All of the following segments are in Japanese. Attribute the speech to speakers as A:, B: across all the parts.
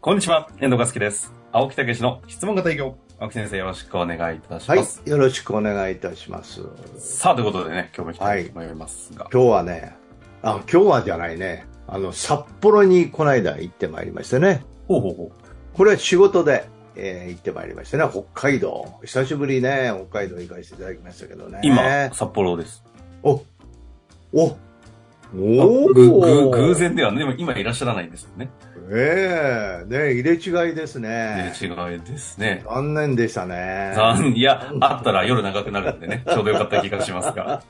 A: こんにちは、遠藤和樹です。青木武の質問型営業。青木先生、よろしくお願いいたし
B: は
A: ます。
B: い、よろしくお願いいたします。
A: さあ、ということでね、今日も行きたいと思いますが。
B: 今日はね、あ、今日はじゃないね。あの、札幌にこの間行ってまいりましてね。
A: ほうほうほ
B: これは仕事で、えー行ってまいりましたね。北海道。久しぶりね、北海道行かせていただきましたけどね。
A: う。今、札幌です。
B: お、お、
A: あ
B: お
A: ぐ
B: ー
A: ぐ偶。然ではね、でも今いらっしゃらないんですよね。
B: ええね、入れ違いですね
A: ね。違いですね。
B: 残念でしたね。
A: 残いや、あったら夜長くなるんで ね、ちょうどよかった気がしますが。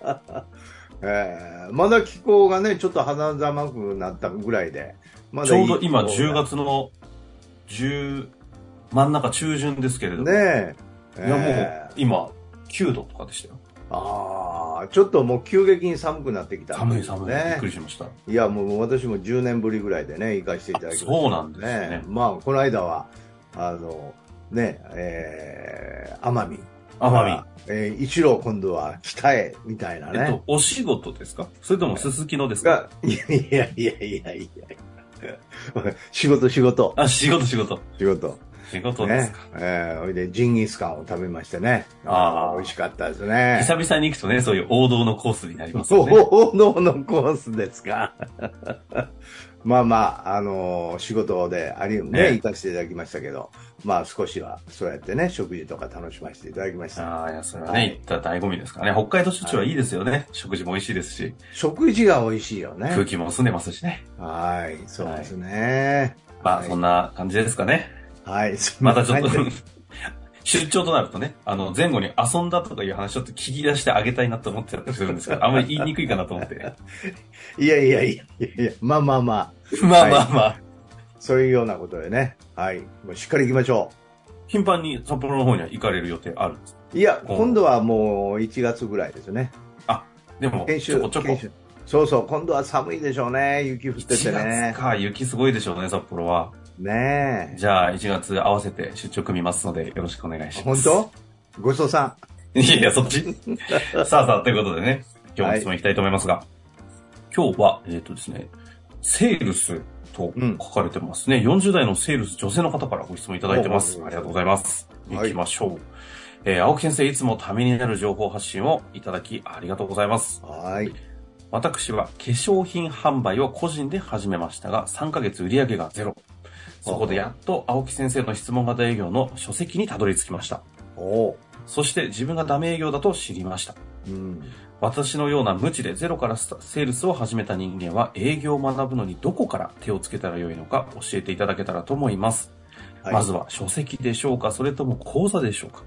B: えーまだ気候がね、ちょっと肌寒くなったぐらいで。ま
A: ち
B: だい
A: ょ
B: いう
A: ど今
B: 気候
A: 10
B: が
A: 月の10、真ん中中旬ですけれども。
B: ねえ。
A: いや
B: え
A: もう
B: え
A: 今、9度とかでしたよ。
B: ああ、ちょっともう急激に寒くなってきた、
A: 寒い寒い。びっ
B: ね
A: く。りしました。
B: いや、もう私も10年ぶりぐらいでね、行かせていただきましたけど、
A: そうなんですね
B: まあ、この間は、あの、ね、えー、奄美。
A: 奄
B: 美。えー、一郎今度は北へ、みたいな
A: 美。えっ
B: ね。
A: と、お仕事ですかそれともすすきのですか
B: が、いやいやいやいやいや。 仕事仕事、
A: あ、仕事仕事。
B: 仕事。
A: 仕事ですか。
B: ね。えー、おいで、ジンギスカンを食べましてね。
A: あー
B: 美味しかったですね。
A: 久々に行くとね、そういう王道のコースになりますよね。
B: そうののコースですか。まあまあ、あのー仕事であり、ね、
A: ね
B: 行かせていただきましたけど、まあ少しはそうやってね、食事とか楽しませていただきました。
A: ああ、いや、それは
B: は
A: ね、
B: い
A: 行った醍醐味ですからね。北海道出張はいいですよね。食事も美味しいですし、
B: 食事が美味しいよ
A: 空
B: ね。
A: 気も澄んでますしね。
B: はい、そうですね。
A: まあ、
B: はい
A: そんな感じですかね。
B: はい、
A: またちょっと
B: すいません、
A: 出張となるとね、あの、前後に遊んだとかいう話ちょっと聞き出してあげたいなと思ってたりするんです けど、あんまり言いにくいかなと思って。
B: いやいやいやいやいや、まあまあまあ、
A: まあまあまあ、
B: そういうようなことでね、はい、もうしっかり行きましょ
A: 頻繁に札幌の方には行かれる予定あるんですか
B: う。いや、
A: うん
B: 今度はもう1月ぐらいですね。
A: でも、
B: 研
A: ちょ
B: 修、
A: こちょこ
B: 研。修。そうそう、今度は寒いでしょうね、雪降ってて
A: 1
B: ね
A: 月。か、雪すごいでしょうね、札幌は。
B: ねえ。
A: じゃあ、1月合わせて出張組みますので、よろしくお願いしま
B: 本
A: す。
B: 当ごちそうさ
A: いやいや、そっ ち。さあさあ、ということでね、今日の質問いきたいと思いますが、今日は、えっ、とですね、セールスと
B: うん
A: 書かれてますね。40代のセールス女性の方からご質問いただいてます
B: お。お
A: ありがとうございます。
B: は
A: 行
B: い
A: きましょう。えー青木先生、いつもためになる情報発信をいただき、ありがとうございます。
B: ん。はい。
A: 私は化粧品販売を個人で始めましたが、3ヶ月売り上げがゼロ。そこでやっと青木先生の質問型営業の書籍にたどり着きました。
B: おう。
A: そして自分がダメ営業だと知りました。
B: うん。
A: 私のような無知でゼロからスタセールスを始めた人間は営業を学ぶのにどこから手をつけたらよいのか教えていただけたらと思います。
B: はい
A: まずは書籍でしょうかそれとも講座でしょうか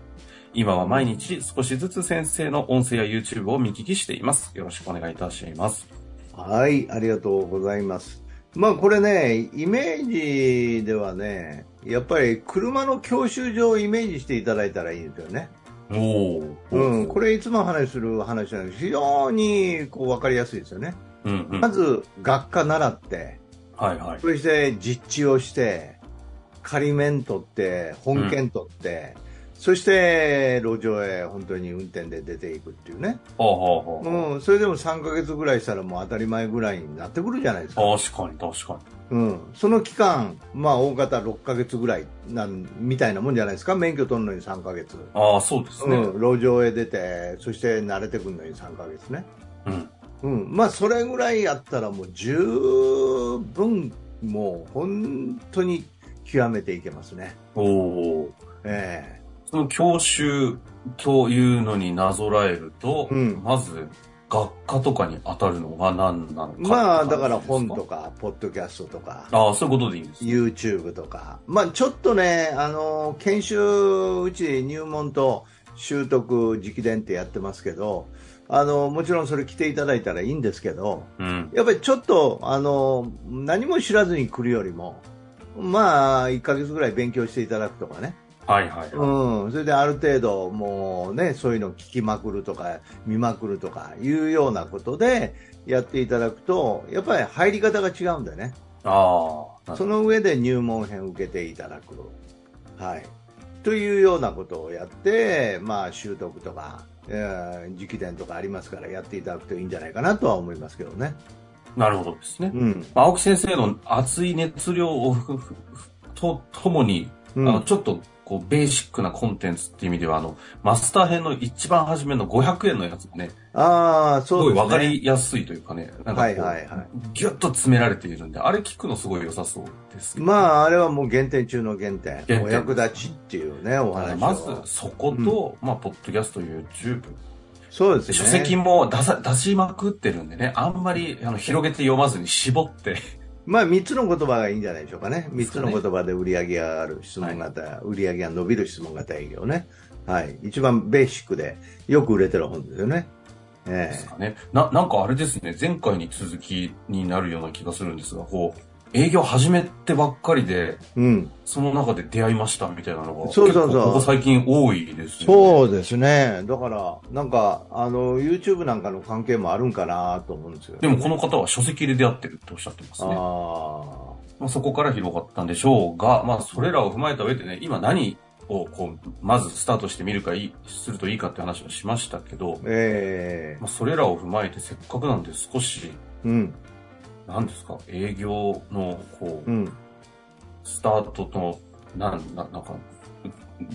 A: 今は毎日少しずつ先生の音声や YouTube を見聞きしています。よろしくお願いいたします。
B: はい。ありがとうございます。まあこれね、イメージではね、やっぱり車の教習所をイメージしていただいたらいいんですよね。
A: おお。
B: うん。これいつも話する話なんです。非常にこう分かりやすいですよね。
A: うんうん
B: まず学科習って、
A: はいはい。
B: そして実地をして、仮免取って、本券取って、そして路上へ本当に運転で出ていくっていうね。
A: ああ、あ
B: うん、それでも3ヶ月ぐらいしたらもう当たり前ぐらいになってくるじゃないですか。
A: あ、確かに確か
B: うん、その期間、まあ大方6ヶ月ぐらいなんみたいなもんじゃないですか。免許取るのに3ヶ月。
A: に。ああ、そうですね。
B: うん、路上へ出て、そして慣れてくるのに3ヶ月ね。
A: うん。
B: うん、まあそれぐらいやったらもう十分、もう本当に極めていけますね。
A: おお。
B: え
A: その教習というのになぞらえると、
B: うん
A: まず、学科とかに当たるのが何なのか
B: えまあだから
A: って感
B: 本
A: じです
B: とか、ポッドキャストとか。
A: ああ、そういうことでいいんですね。
B: YouTube とか、まあ、ちょっとね、あの研修、うち入門と習得、直伝ってやってますけど、あのもちろんそれ来ていただいたらいいんですけど、
A: うん。
B: やっぱりちょっとあの何も知らずに来るよりも、まあ、1ヶ月ぐらい勉強していただくとかね、
A: はいはいはい。
B: うん、それである程度、もうね、そういうの聞きまくるとか、見まくるとかいうようなことでやっていただくと、やっぱり入り方が違うんだよね。
A: ああ、なるほ
B: その上で入門編を受けていただく。はい。というようなことをやって、まあ、習得とか、えー、直伝とかありますから、やっていただくといいんじゃないかなとは思いますけどね。
A: どなるほどですね。
B: うん。
A: まあ青木先生の熱い熱量をふふふとともに、
B: うん
A: あの、ちょっと、こう、ベーシックなコンテンツっていう意味では、あの、マスター編の一番初めの500円のやつもね、
B: ああ、
A: す
B: そ
A: ご
B: う
A: い
B: です
A: わ
B: ね。
A: かりやすいというかね、なんかこう、
B: はいはいはい
A: ギュッと詰められているんで、あれ聞くのすごい良さそうですけど。
B: まあ、あれはもう原点中の原点。
A: 点
B: お役立ちっていうね、お話を。
A: まず、そこと、まあ、ポッドキャスト、YouTube、
B: そうですね。
A: 書籍も出さ出しまくってるんでね、あんまりあの広げて読まずに絞って、
B: まあ、3つの言葉がいいんじゃないでしょうかね。3つの言葉で売り上げが上がる質問型、売り上げが伸びる質問型営業ね。はい。一番ベーシックで、よく売れてる本ですよね。
A: で
B: ええ
A: すかね。な、なんかあれですね、前回に続きになるような気がするんですが、こう、営業始めてばっかりで、
B: うん。
A: その中で出会いましたみたいなのが、
B: そうそうそう
A: 結構ここ最近多いですよね。
B: そうですね。だから、なんか、あの、YouTube なんかの関係もあるんかなと思うんですよ、ね。
A: でもこの方は書籍で出会ってるっておっしゃってますね。
B: あ
A: まあ、そこから広がったんでしょうが、まあ、それらを踏まえた上でね、今何をこう、まずスタートしてみるかいい、するといいかって話はしましたけど
B: あ、、ええ
A: まあ、それらを踏まえてせっかくなんで少し、
B: うん、
A: 何ですか、営業の、こう
B: う、ん。
A: スタートの、なん、ななんか、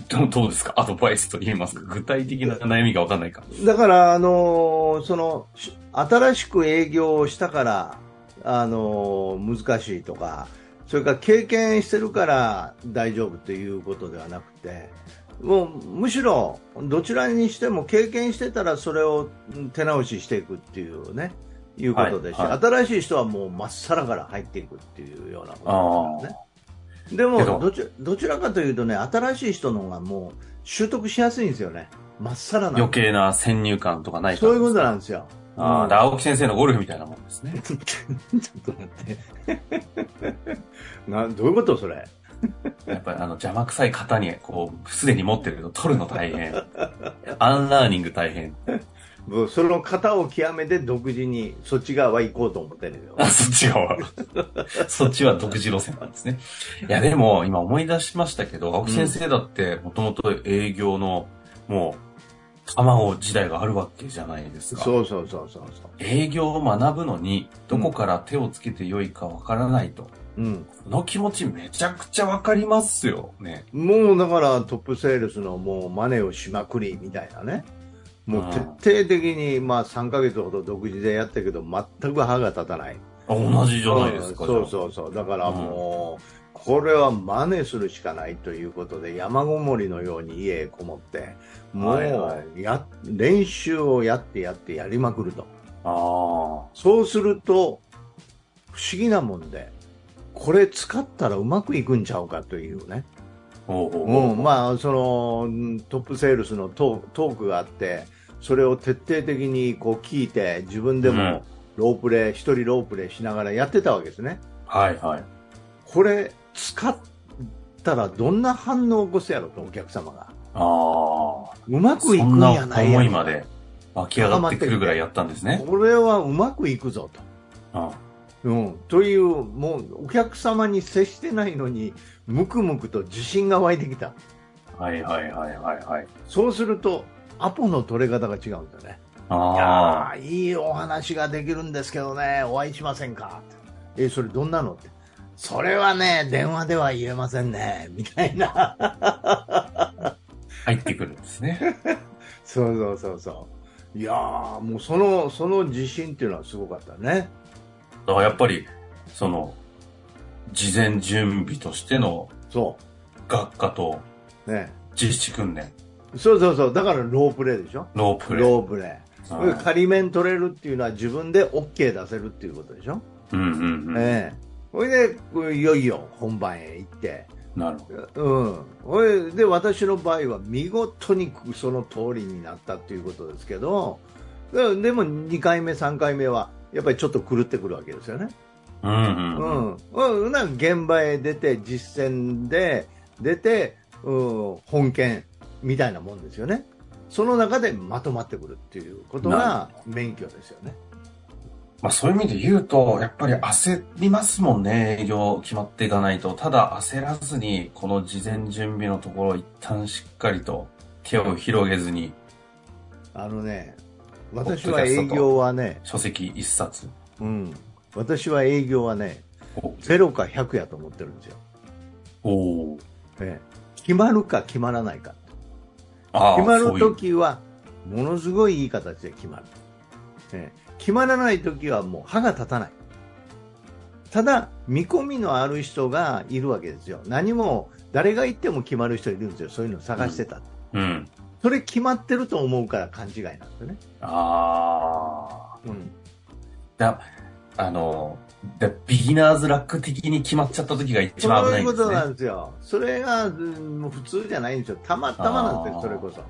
A: どどうですかアドバイスと言いますか具体的な悩みがわかんないか。
B: だから、あのーその、し新しく営業をしたから、あのー難しいとか、それから経験してるから大丈夫ということではなくて、もうむしろどちらにしても経験してたらそれをうん手直ししていくっていうね、いうことでし、
A: はいはい
B: 新しい人はもうまっさらから入っていくっていうようなことですからね。でも
A: けど
B: どち、どちらかというとね、新しい人の方がもう習得しやすいんですよね。まっさらな
A: 余計な先入観とかないか
B: そういうことなんですよ。
A: ああ、だから青木先生のゴルフみたいなもんですね。
B: ちょっと待って。 などういうことそれ。
A: やっぱりあの邪魔くさい方に、こう、すでに持ってるけど、取るの大変。アンラーニング大変。
B: もうその型を極めて独自にそっち側は行こうと思ってるよ。
A: あ、そっち側。そっちは独自路線なんですね。いや、でも、今思い出しましたけど、青木先生だって、もともと営業の、もう、卵時代があるわけじゃないですか。
B: そうそうそうそうそ
A: 営業を学ぶのに、どこから手をつけてよいかわからないと。
B: う。うん。
A: この気持ちめちゃくちゃわかりますよね。
B: もうだからトップセールスのもう真似をしまくりみたいなね。もう徹
A: うん
B: 底的にまあ3ヶ月ほど独自でやったけど全く歯が立たない。
A: あ同じじゃないですか。
B: うんそう
A: う。
B: そうそう。だからもう、これは真似するしかないということで、山ごもりのように家へこもって、も
A: はいは
B: うや、練習をやってやってやりまくると。
A: あ
B: そうすると、不思議なもんで、これ使ったらうまくいくんちゃうかというね。
A: あ。おうおう
B: うん、まあ、そのうんトップセールスのトートークがあって、それを徹底的にこう聞いて、自分でもロープレイ、一人ロープレイしながらやってたわけですね。
A: はいはい。
B: これ使ったらどんな反応を起こすやろとお客様が
A: あ
B: うま
A: あ。
B: くいく
A: そ
B: ん
A: んな
B: やないや
A: 思い
B: ろ
A: まで湧き上がってくるぐらいやったんですね。
B: これはうまくいくぞ
A: うん
B: と、うん、というもうお客様に接してないのにムクムクと自信が湧いてきた
A: はいはいはいはいはい。
B: そうするとアポの取れ方が違うんだよねい
A: あ
B: やーいいお話ができるんですけどねお会いしませんかってえそれどんなのってそれはね電話では言えませんねみたいな
A: あ。入ってくるんですね。
B: そうそうそうそう。いやー、もうその、その自信っていうのはすごかったね。
A: だからやっぱり、その、事前準備としての
B: そ
A: 学科と
B: う。ね。
A: 実施訓練、
B: そうそうそう。だからロープレイでしょ
A: ロープレイ。
B: ロープレ
A: うん
B: イ。仮面取れるっていうのは自分で OK 出せるっていうことでしょ、
A: うんうんうん。
B: ええ。ほいで、いよいよ本番へ行って。
A: なるほど。
B: うん。ほいで、私の場合は見事にその通りになったっていうことですけど、ででも2回目、3回目は、やっぱりちょっと狂ってくるわけですよね。
A: うんうん
B: う
A: うん。
B: ん、うん、なんか現場へ出て実践で出て、うん、本件みたいなもんですよねその中でまとまってくるっていうことが免許ですよね
A: まあそういう意味で言うと、やっぱり焦りますもんね、営業決まっていかないと。ただ焦らずに、この事前準備のところを一旦しっかりと手を広げずに、
B: あのね
A: ッドキャス
B: 私
A: トと
B: は営業はね、
A: 書籍一冊。
B: うん、私は営業はね
A: お
B: 0か100やと思ってるんですよ
A: おー
B: ええ決まるか決まらないか。
A: ああ、
B: 決まる
A: そういう
B: 時は、ものすごいいい形で決まる。ええ決まらない時はもう歯が立たない。ただ、見込みのある人がいるわけですよ。何も、誰が言っても決まる人いるんですよ。そういうの探してた。
A: うん。
B: それ決まってると思うから勘違いなんですよね。
A: ああ。
B: うん。
A: だ、あの、だビギナーズラック的に決まっちゃった時が一番危
B: そう
A: ないい
B: うんこ
A: です
B: とな
A: ね。
B: んですよ。それが、うんもう普通じゃないんですよ。たまたまなんです
A: あ
B: よ、
A: ー
B: それこそ。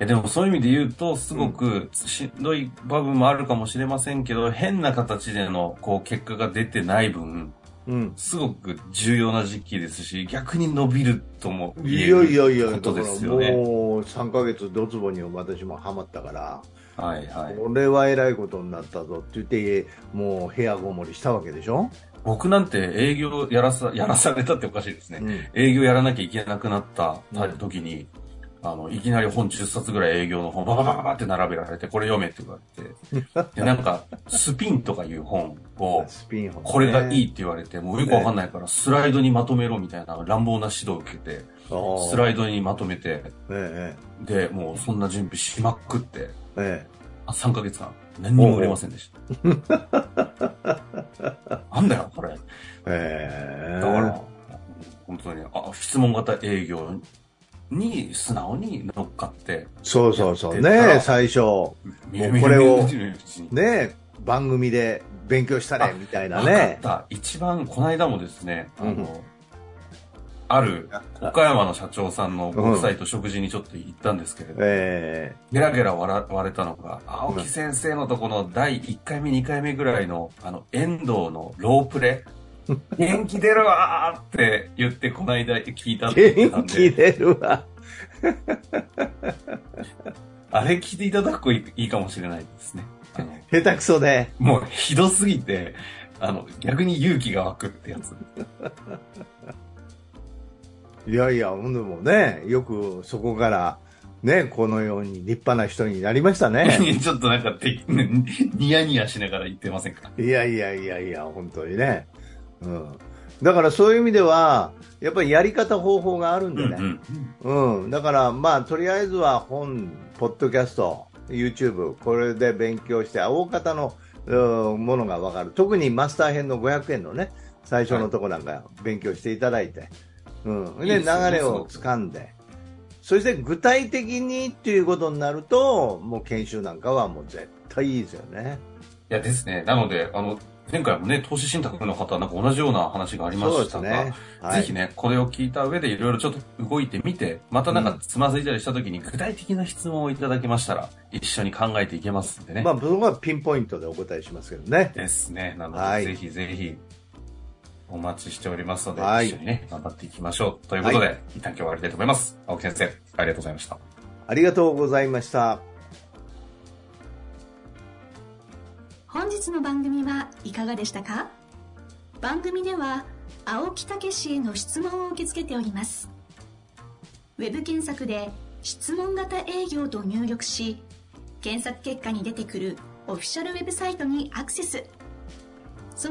A: えでもそういう意味で言うと、すごくしんどい部分もあるかもしれませんけど、変な形でのこう結果が出てない分、
B: うん。
A: すごく重要な時期ですし、逆に伸びるとも言
B: い
A: え
B: やいやい
A: る
B: や、
A: こ
B: だ
A: と
B: か
A: で
B: ら
A: す
B: も
A: よ
B: う
A: ね。
B: 3ヶ月ドツボに私もハマったから、
A: はいはい。
B: これはえらいことになったぞって言って、もう部屋ごもりしたわけでしょ、
A: 僕なんて営業やらさ、やらされたっておかしいですね。
B: うん
A: 営業やらなきゃいけなくなった
B: うん
A: 時に、あの、いきなり本10冊ぐらい営業の本バババババって並べられて、これ読めって言われて、で、なんか、スピンとかいう本を、
B: スピン本、
A: これがいいって言われて、もうよくわかんないから、スライドにまとめろみたいな乱暴な指導を受けて、スラ
B: イ
A: イドにまとめて、
B: ド。え
A: で、もうそんな準備しまくって、
B: ええ
A: あ3ヶ月間、何にも売れませんでした。なんだよ、これ。だ
B: えええ
A: から、本当に、あ、質問型営業に素直に乗っかって、
B: そうそうそう
A: やってた
B: ね、
A: ら
B: 最初、
A: も
B: これを
A: ね、
B: ね、番組で勉強したねみたいな
A: わかっ
B: ね、
A: た。一番、この間もですね、あ
B: うん
A: の、ある岡山の社長さんのご夫妻と食事にちょっと行ったんですけれど、
B: え
A: ゲラゲラ笑われたのが、青木先生のとこの第1回目、2回目ぐらいの、あの、遠藤のロープ レ。元気出るわーって言って、この間聞いたって言
B: え
A: ってたん
B: 元気
A: で、
B: 出るわ、
A: あれ聞いていただくといいかもしれないですね。あの
B: 下手くそで、
A: もうひどすぎて、あの、逆に勇気が湧くってや つ。
B: いやいや、ほんでもね、よくそこから、ね、このように立派な人になりました ね。
A: ちょっとなんかて、ニヤニヤしながら言ってませんか
B: いやいやいやいや、本当にね。うん。だからそういう意味では、やっぱりやり方方法があるんで
A: うんう
B: ね。
A: ん。
B: うん、だからまあ、とりあえずは本、ポッドキャスト、YouTube、これで勉強して、あ大方の、うんものがわかる。特にマスター編の500円のね、最初のとこなんか勉強していただいて、うん。
A: いい
B: で、
A: で
B: 流
A: すよね
B: れを
A: すごく
B: 掴んで、そして具体的にっていうことになると、もう研修なんかはもう絶対いいですよね。
A: いやですね。なので、あの、前回もね、投資信託の方、なんか同じような話がありま
B: そうで
A: した
B: す
A: が、
B: ね。はい
A: ぜひね、これを聞いた上でいろいろちょっと動いてみて、またなんかつまずいたりした時に具体的な質問をいただけましたら、一緒に考えていけますんでね。
B: まあ、そこはピンポイントでお答えしますけどね。
A: ですね。なので、
B: はい
A: ぜひぜひ、お待ちしておりますので、
B: はい
A: 一緒にね、頑張っていきましょう。ということで、一旦今日終わりたいと思います。青木先生、ありがとうございました。
B: ありがとうございました。
C: 本日の番組はいかがでしたか番組では青木武氏への質問を受け付けておりますウェブ検索で「質問型営業」と入力し検索結果に出てくるオフィシャルウェブサイトにアクセスそ